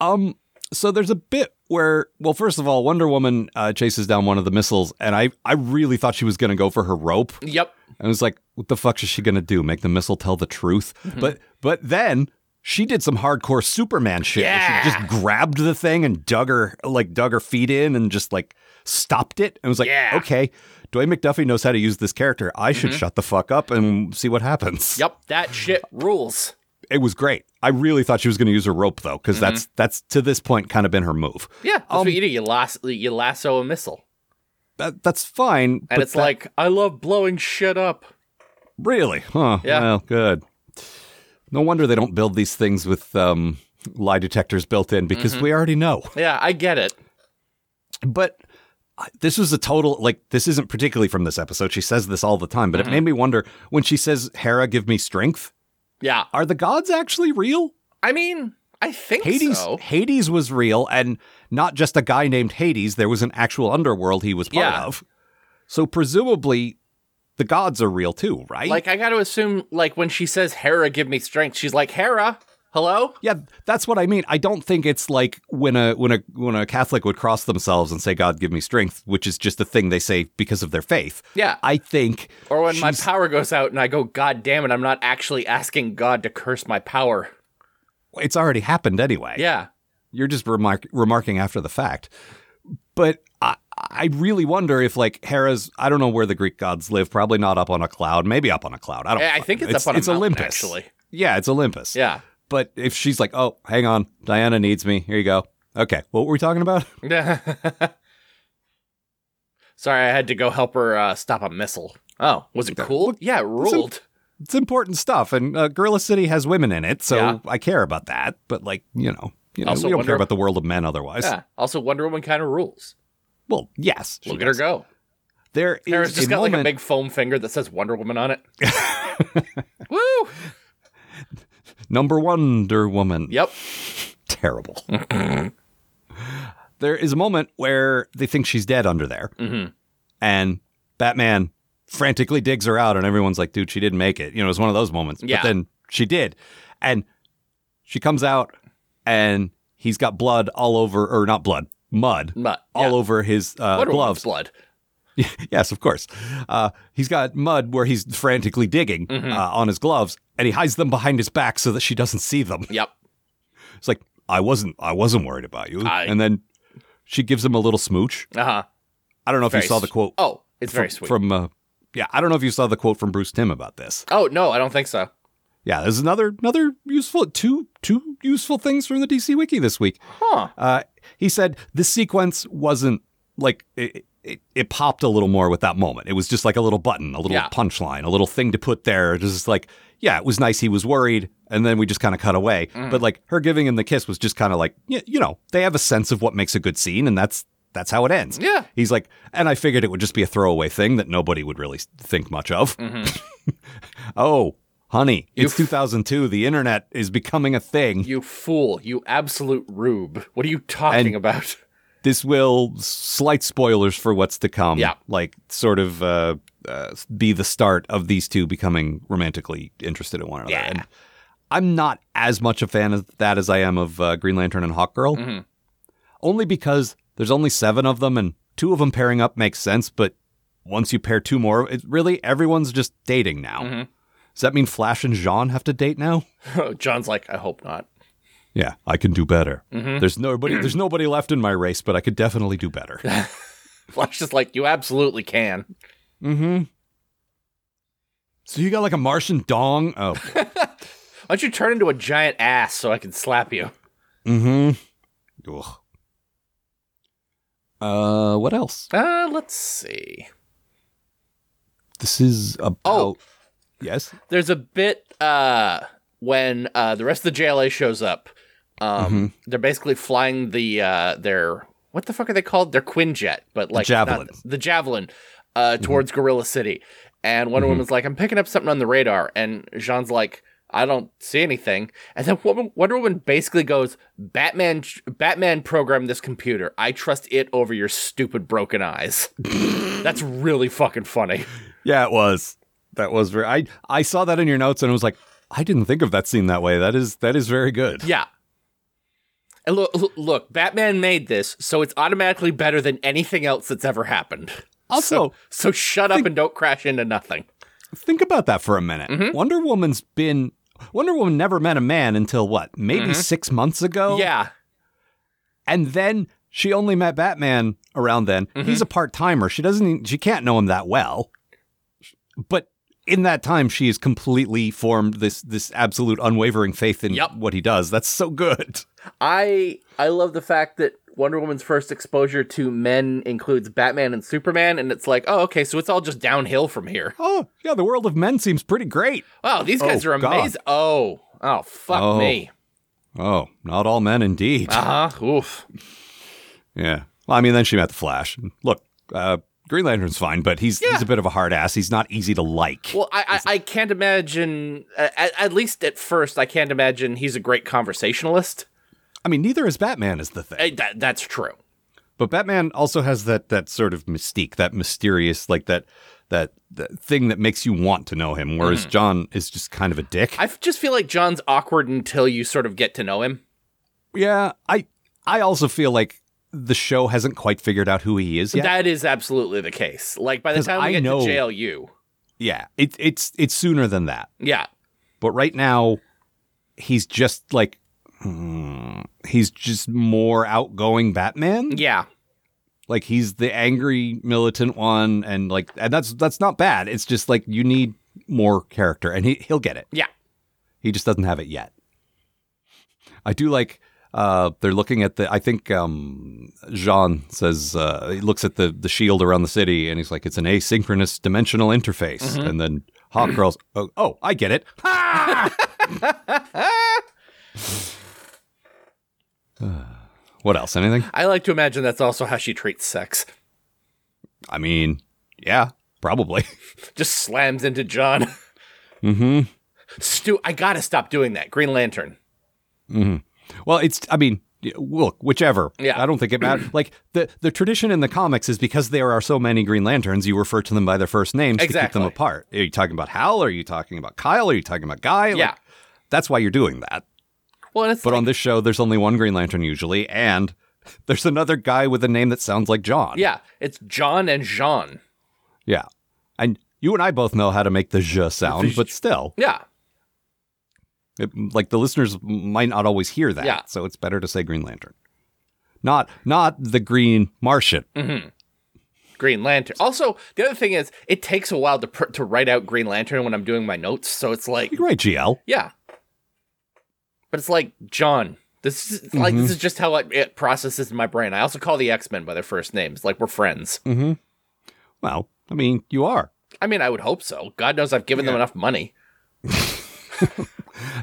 Um, so there's a bit where, well, first of all, Wonder Woman uh, chases down one of the missiles, and I I really thought she was gonna go for her rope.
Yep.
I was like, what the fuck is she gonna do? Make the missile tell the truth?
Mm-hmm.
But but then she did some hardcore Superman shit. where
Yeah.
She just grabbed the thing and dug her like dug her feet in and just like stopped it. And was like,
Yeah. Mm-hmm.
okay, Dwayne McDuffie knows how to use this character. I should shut the fuck up and see what happens.
Yep. That shit rules.
It was great. I really thought she was gonna use her rope though, because that's
Mm-hmm.
that's to this point kind of been her move.
Yeah. That's
Um,
what you do. You, las- you lasso a missile.
That that's fine.
And
but
it's
that-
like, I love blowing shit up.
Really? Huh.
Yeah.
Well, good. No wonder they don't build these things with um, lie detectors built in because
Mm-hmm.
we already know.
Yeah, I get it.
But I- this was a total, like, this isn't particularly from this episode. She says this all the time,
Mm-hmm.
but it made me wonder when she says, Hera, give me strength,
Yeah.
are the gods actually real?
I mean, I think
Hades,
so.
Hades was real, and not just a guy named Hades. There was an actual underworld he was part
Yeah.
of. So presumably, the gods are real too, right?
Like, I got to assume, like, when she says, Hera, give me strength, she's like, Hera, hello?
Yeah, that's what I mean. I don't think it's like when a when a when a Catholic would cross themselves and say, "God, give me strength," which is just a thing they say because of their faith.
Yeah.
I think.
Or when my
she's-
power goes out and I go, God damn it, I'm not actually asking God to curse my power.
it's already happened anyway.
Yeah.
you're just remark- remarking after the fact. But I I really wonder if like Hera's I don't know where the Greek gods live. Probably not up on a cloud. Maybe up on a cloud. I don't.
I, I
fucking
think it's,
know.
up on a
it's
mountain,
Olympus.
actually.
Yeah, it's Olympus.
Yeah.
But if she's like, oh, hang on, Diana needs me. Here you go. Okay, what were we talking about?
Sorry, I had to go help her uh, stop a missile. Oh, was it cool? Yeah, it ruled.
it's important stuff, and uh, Gorilla City has women in it, so
Yeah.
I care about that. But like, you know, you know,
Also
we don't
wonder-
care about the world of men otherwise.
Yeah. Also, Wonder Woman kind of rules.
Well, yes, she
Look at her
does.
go.
There
Hera's
is
just
a
got
moment.
like a big foam finger that says Wonder Woman on it. Woo!
number Wonder Woman.
Yep.
terrible. there is a moment where they think she's dead under there,
Mhm.
and Batman frantically digs her out, and everyone's like, "Dude, she didn't make it." You know, it's one of those moments.
Yeah.
But then she did, and she comes out, and he's got blood all over, or not blood, mud.
But
All over his uh,
Wonder Woman's
gloves.
blood.
Yes, of course. Uh, he's got mud where he's frantically digging
Mhm.
uh, on his gloves, and he hides them behind his back so that she doesn't see them.
Yep.
It's like I wasn't, I wasn't worried about you.
I-
And then she gives him a little smooch.
Uh huh.
I don't know if
Very
you saw
s-
the quote.
Oh, it's very
from,
sweet.
From uh, yeah, I don't know if you saw the quote from Bruce Tim about this.
oh no, I don't think so.
Yeah, there's another another useful two two useful things from the DC Wiki this week.
Huh.
Uh, he said this sequence wasn't like it, it, it popped a little more with that moment. It was just like a little button, a little
Yeah.
punchline, a little thing to put there. Just like, yeah, it was nice. He was worried, and then we just kind of cut away.
Mm.
But like her giving him the kiss was just kind of like, y- you know, they have a sense of what makes a good scene, and that's that's how it ends.
Yeah.
He's like, and I figured it would just be a throwaway thing that nobody would really think much of. oh, honey, it's
Mm-hmm. f-
2002. The internet is becoming a thing.
You fool. You absolute rube. What are you talking
And-
about?
this will slight spoilers for what's to come.
Yeah.
Like, sort of uh, uh, be the start of these two becoming romantically interested in one another.
Yeah.
And I'm not as much a fan of that as I am of uh, Green Lantern and Hawkgirl,
Mhm.
only because there's only seven of them, and two of them pairing up makes sense. But once you pair two more, it really everyone's just dating now.
Mhm.
Does that mean Flash and Jean have to date now?
Oh, John's like, I hope not.
Yeah, I can do better.
Mhm.
There's nobody. There's nobody left in my race, but I could definitely do better.
Flash is like, you absolutely can.
Mm-hmm. So you got like a Martian dong? Oh.
Why don't you turn into a giant ass so I can slap you?
mm-hmm. Ugh. Uh, what else?
Uh, let's see.
This is about.
Oh.
Yes.
There's a bit uh when uh the rest of the JLA shows up. Um they're basically flying the uh their what the fuck are they called? Their Quinjet, but like not-
javelin.
the javelin uh towards Gorilla City. And one woman's like, I'm picking up something on the radar. And Jean's like, I don't see anything. And then Woman- Wonder Woman basically goes, Batman, Batman programmed this computer. I trust it over your stupid broken eyes. That's really fucking funny.
Yeah, it was. That was very. I I saw that in your notes and I was like, I didn't think of that scene that way. That is that is very good.
Yeah. And look, look- look, Batman made this, so it's automatically better than anything else that's ever happened.
Also-
so, so shut up and don't crash into nothing.
Think about that for a minute. Wonder Woman's been Wonder Woman never met a man until what? Maybe six months ago.
Yeah,
and then she only met Batman around then. He's a part timer. She doesn't. e- She can't know him that well. But in that time, she has completely formed this this absolute unwavering faith in
Yep.
what he does. That's so good.
I I love the fact that Wonder Woman's first exposure to men includes Batman and Superman, and it's like, oh, okay, so it's all just downhill from here.
Oh yeah, the world of men seems pretty great.
Wow, these guys
Oh,
are
God.
amazing. Oh, oh, fuck
Oh.
me.
Oh, not all men indeed.
Uh huh. Oof.
Yeah. Well, I mean, then she met the Flash. And Look, uh, Green Lantern's fine, but he's he's a bit of a hard ass. He's not easy to like.
Well, I, I, I can't imagine. At, at least at first, I can't imagine he's a great conversationalist.
I mean, neither is Batman is the thing.
Eh, That that's true.
But Batman also has that that sort of mystique, that mysterious, like that that, that thing that makes you want to know him. Whereas John is just kind of a dick.
I f- just feel like John's awkward until you sort of get to know him.
yeah, I I also feel like the show hasn't quite figured out who he is yet.
That is absolutely the case. Like by the
'Cause
time we
I
get
know-
to jail, you.
yeah, it, it's it's sooner than that.
Yeah.
But right now, he's just like hmm, he's just more outgoing Batman.
Yeah.
Like he's the angry militant one, and like and that's that's not bad. It's just like you need more character, and he he'll get it.
Yeah.
He just doesn't have it yet. I do like uh, they're looking at the. I think um, Jean says uh, he looks at the the shield around the city, and he's like, "It's an asynchronous dimensional interface." And then Hawk Girl's, oh, "Oh, I get it." Ha! what else? Anything?
I like to imagine that's also how she treats sex.
I mean, yeah, probably.
Just slams into John.
hmm
Stu, I gotta stop doing that. Green Lantern.
Well, it's. I mean, y- look, whichever.
Yeah.
I don't think it matters. like the the tradition in the comics is because there are so many Green Lanterns, you refer to them by their first names to keep
Exactly.
them apart. Are you talking about Hal? Are you talking about Kyle? Are you talking about Guy? Like,
Yeah.
that's why you're doing that.
Well, and it's
But
like-
on this show, there's only one Green Lantern usually, and there's another guy with a name that sounds like John.
yeah, it's John and Jean.
Yeah. And you and I both know how to make the "je" sound, but still,
Yeah.
It, like the listeners might not always hear that,
Yeah.
so it's better to say Green Lantern, not not the Green Martian.
Green Lantern. Also, the other thing is, it takes a while to pr- to write out Green Lantern when I'm doing my notes, so it's like,
You're right, GL.
yeah. But it's like John. This is like this is just how it, it processes in my brain. I also call the X Men by their first names, like we're friends.
Well, I mean, you are
I mean, I would hope so. God knows I've given them enough money.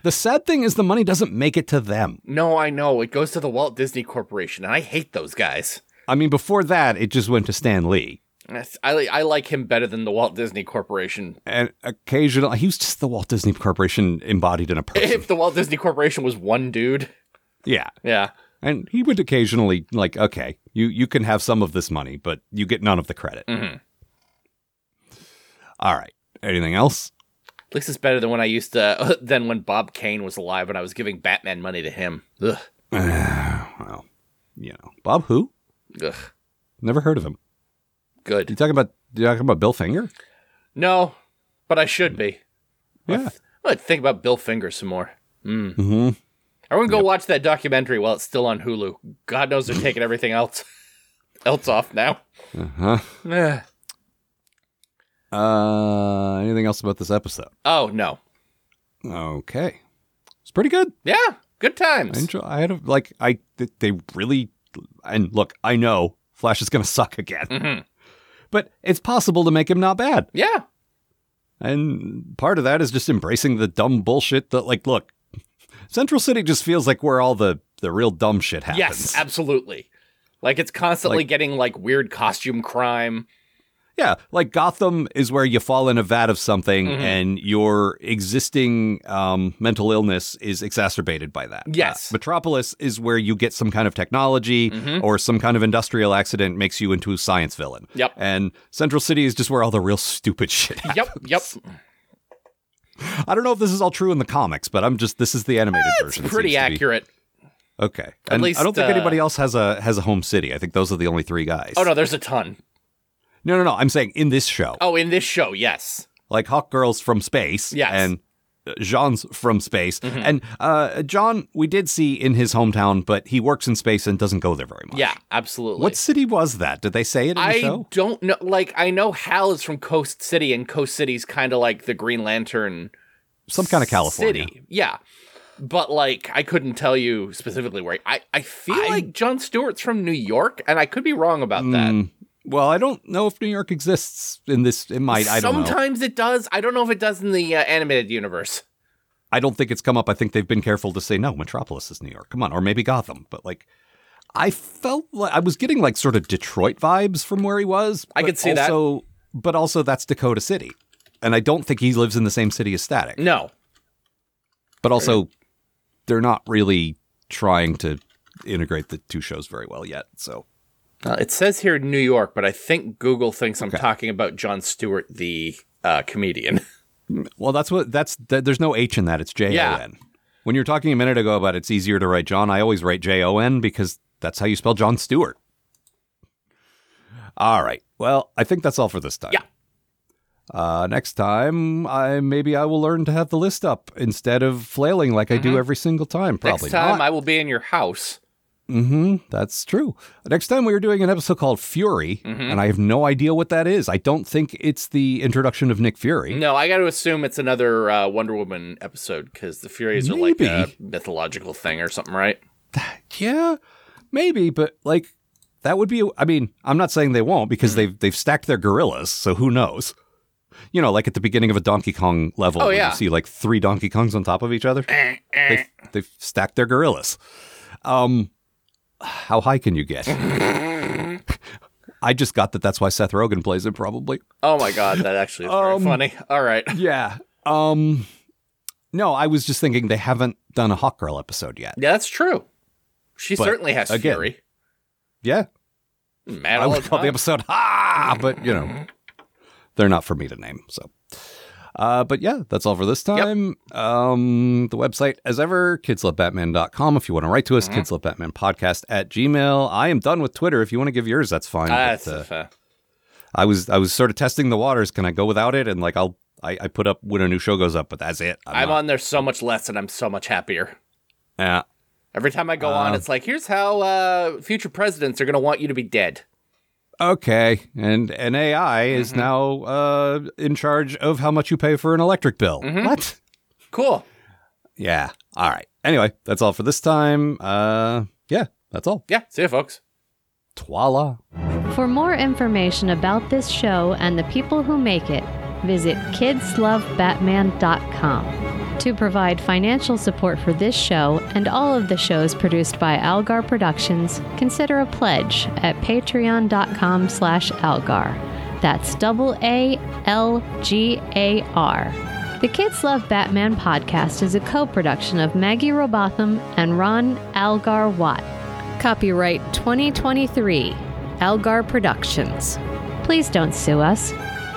the sad thing is the money doesn't make it to them.
No, I know it goes to the Walt Disney Corporation, and I hate those guys.
I mean, before that, it just went to Stan Lee,
That's- I li- I like him better than the Walt Disney Corporation.
and occasionally he was just the Walt Disney Corporation embodied in a person.
If the Walt Disney Corporation was one dude,
yeah,
yeah,
and he would occasionally like, okay, you you can have some of this money, but you get none of the credit. All right. Anything else?
at least it's better than when I used to than when Bob Kane was alive and I was giving Batman money to him. Ugh,
Well, you know, Bob who?
ugh,
Never heard of him. You
good.
talking about you talking about Bill Finger?
No, but I should be.
Yeah.
I'm gonna think about Bill Finger some more. Mm. Mm-hmm. Everyone go watch that documentary while it's still on Hulu. God knows they're taking everything else else off now. Uh-huh.
Uh, anything else about this episode?
Oh no.
Okay, it's pretty good.
Yeah. Good
I
times.
enjoy. I had a, like I th- they really and look. I know Flash is gonna suck again, but it's possible to make him not bad.
Yeah.
And part of that is just embracing the dumb bullshit that like look, Central City just feels like where all the the real dumb shit happens.
Yes, absolutely. Like it's constantly
Like-
getting like weird costume crime.
Yeah, like Gotham is where you fall in a vat of something
Mm-hmm.
and your existing um, mental illness is exacerbated by that.
Yes. Mm-hmm.
Uh, Metropolis is where you get some kind of technology or some kind of industrial accident makes you into a science villain.
Yep.
And Central City is just where all the real stupid shit happens.
Yep, yep.
I don't know if this is all true in the comics, but I'm just this is the animated version. It
Eh, Pretty
seems to be.
accurate.
Okay. And
least,
I don't think
uh,
anybody else has a has a home city. I think those are the only three guys.
Oh no, there's a ton.
No, no, no. I'm saying in this show.
Oh, in this show, yes.
like Hawk Girl's from space,
Yes. Mm-hmm.
and uh, Jean's from space, and uh, John we did see in his hometown, but he works in space and doesn't go there very much.
Yeah, absolutely.
what city was that? Did they say it in the
I
show?
don't know. Like, I know Hal is from Coast City, and Coast City's kind of like the Green Lantern
Some kind of California.
city. Yeah. But like, I couldn't tell you specifically where. I I feel
I-
like John Stewart's from New York, and I could be wrong about that.
Mm, well, I don't know if New York exists in this. It might. I don't know.
Sometimes it does. I don't know if it does in the uh, animated universe.
I don't think it's come up. I think they've been careful to say no. Metropolis is New York. Come on, or maybe Gotham. But like, I felt like I was getting like sort of Detroit vibes from where he was.
I
but
could see that.
also, but also that's Dakota City, and I don't think he lives in the same city as Static.
No.
But also, they're not really trying to integrate the two shows very well yet. So
Uh, it says here New York, but I think Google thinks I'm talking about John Stewart, the uh, comedian.
Well, that's what that's. Th- there's no H in that. It's J O N. When you were talking a minute ago about it's easier to write John, I always write J O N because that's how you spell John Stewart. All right. Well, I think that's all for this time.
Yeah.
Uh, next time, I maybe I will learn to have the list up instead of flailing like I do every single time. Probably
Mm-hmm. Next time,
not.
I will be in your house.
Mm-hmm. That's true. Next time we were doing an episode called Fury,
Mm-hmm.
and I have no idea what that is. I don't think it's the introduction of Nick Fury.
No, I got to assume it's another uh, Wonder Woman episode because the Furies are like a
Maybe.
mythological thing or something, right?
Yeah, maybe, but like that would be. I mean, I'm not saying they won't because they've they've stacked their gorillas, so who knows? You know, like at the beginning of a Donkey Kong level,
Oh,
where
yeah.
you see like three Donkey Kongs on top of each other. they've, they've stacked their gorillas. Um, how high can you get? I just got that. That's why Seth Rogen plays it, probably.
Oh my god, that actually is very
Um,
funny. All right.
Yeah. Um. No, I was just thinking they haven't done a Hawk Girl episode yet.
Yeah, that's true. She
But
certainly has
again,
Fury.
Yeah,
Mad
I
all
would
the
call the
time.
episode "Ah," but you know, they're not for me to name. So, uh, but yeah, that's all for this time. Um, the website, as ever, kidslovebatman.com. If you want to write to
Mm-hmm.
us, kidslovebatmanpodcast at gmail. I am done with Twitter. If you want to give yours, that's fine.
Ah,
but,
that's
uh,
fair.
I was I was sort of testing the waters. Can I go without it? And like, I'll I, I put up when a new show goes up, but that's it.
I'm on there so much less, and I'm so much happier.
Yeah.
Every time I go
Um,
on, it's like, here's how uh, future presidents are going to want you to be dead.
Okay, and an AI is
Mm-hmm.
now uh, in charge of how much you pay for an electric bill.
Mm-hmm.
What?
Cool.
Yeah. All right. Anyway, that's all for this time. Uh yeah, that's all.
Yeah. See you, folks.
Twala.
For more information about this show and the people who make it, visit kidslovebatman.com. To provide financial support for this show and all of the shows produced by Algar Productions, consider a pledge at patreon.com slash algar. That's double A L G A R. The Kids Love Batman podcast is a co production of Maggie Robotham and Ron Algar Watt. Copyright 2023, Algar Productions. Please don't sue us.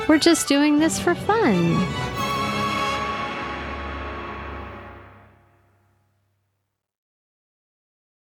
We're just doing this for fun.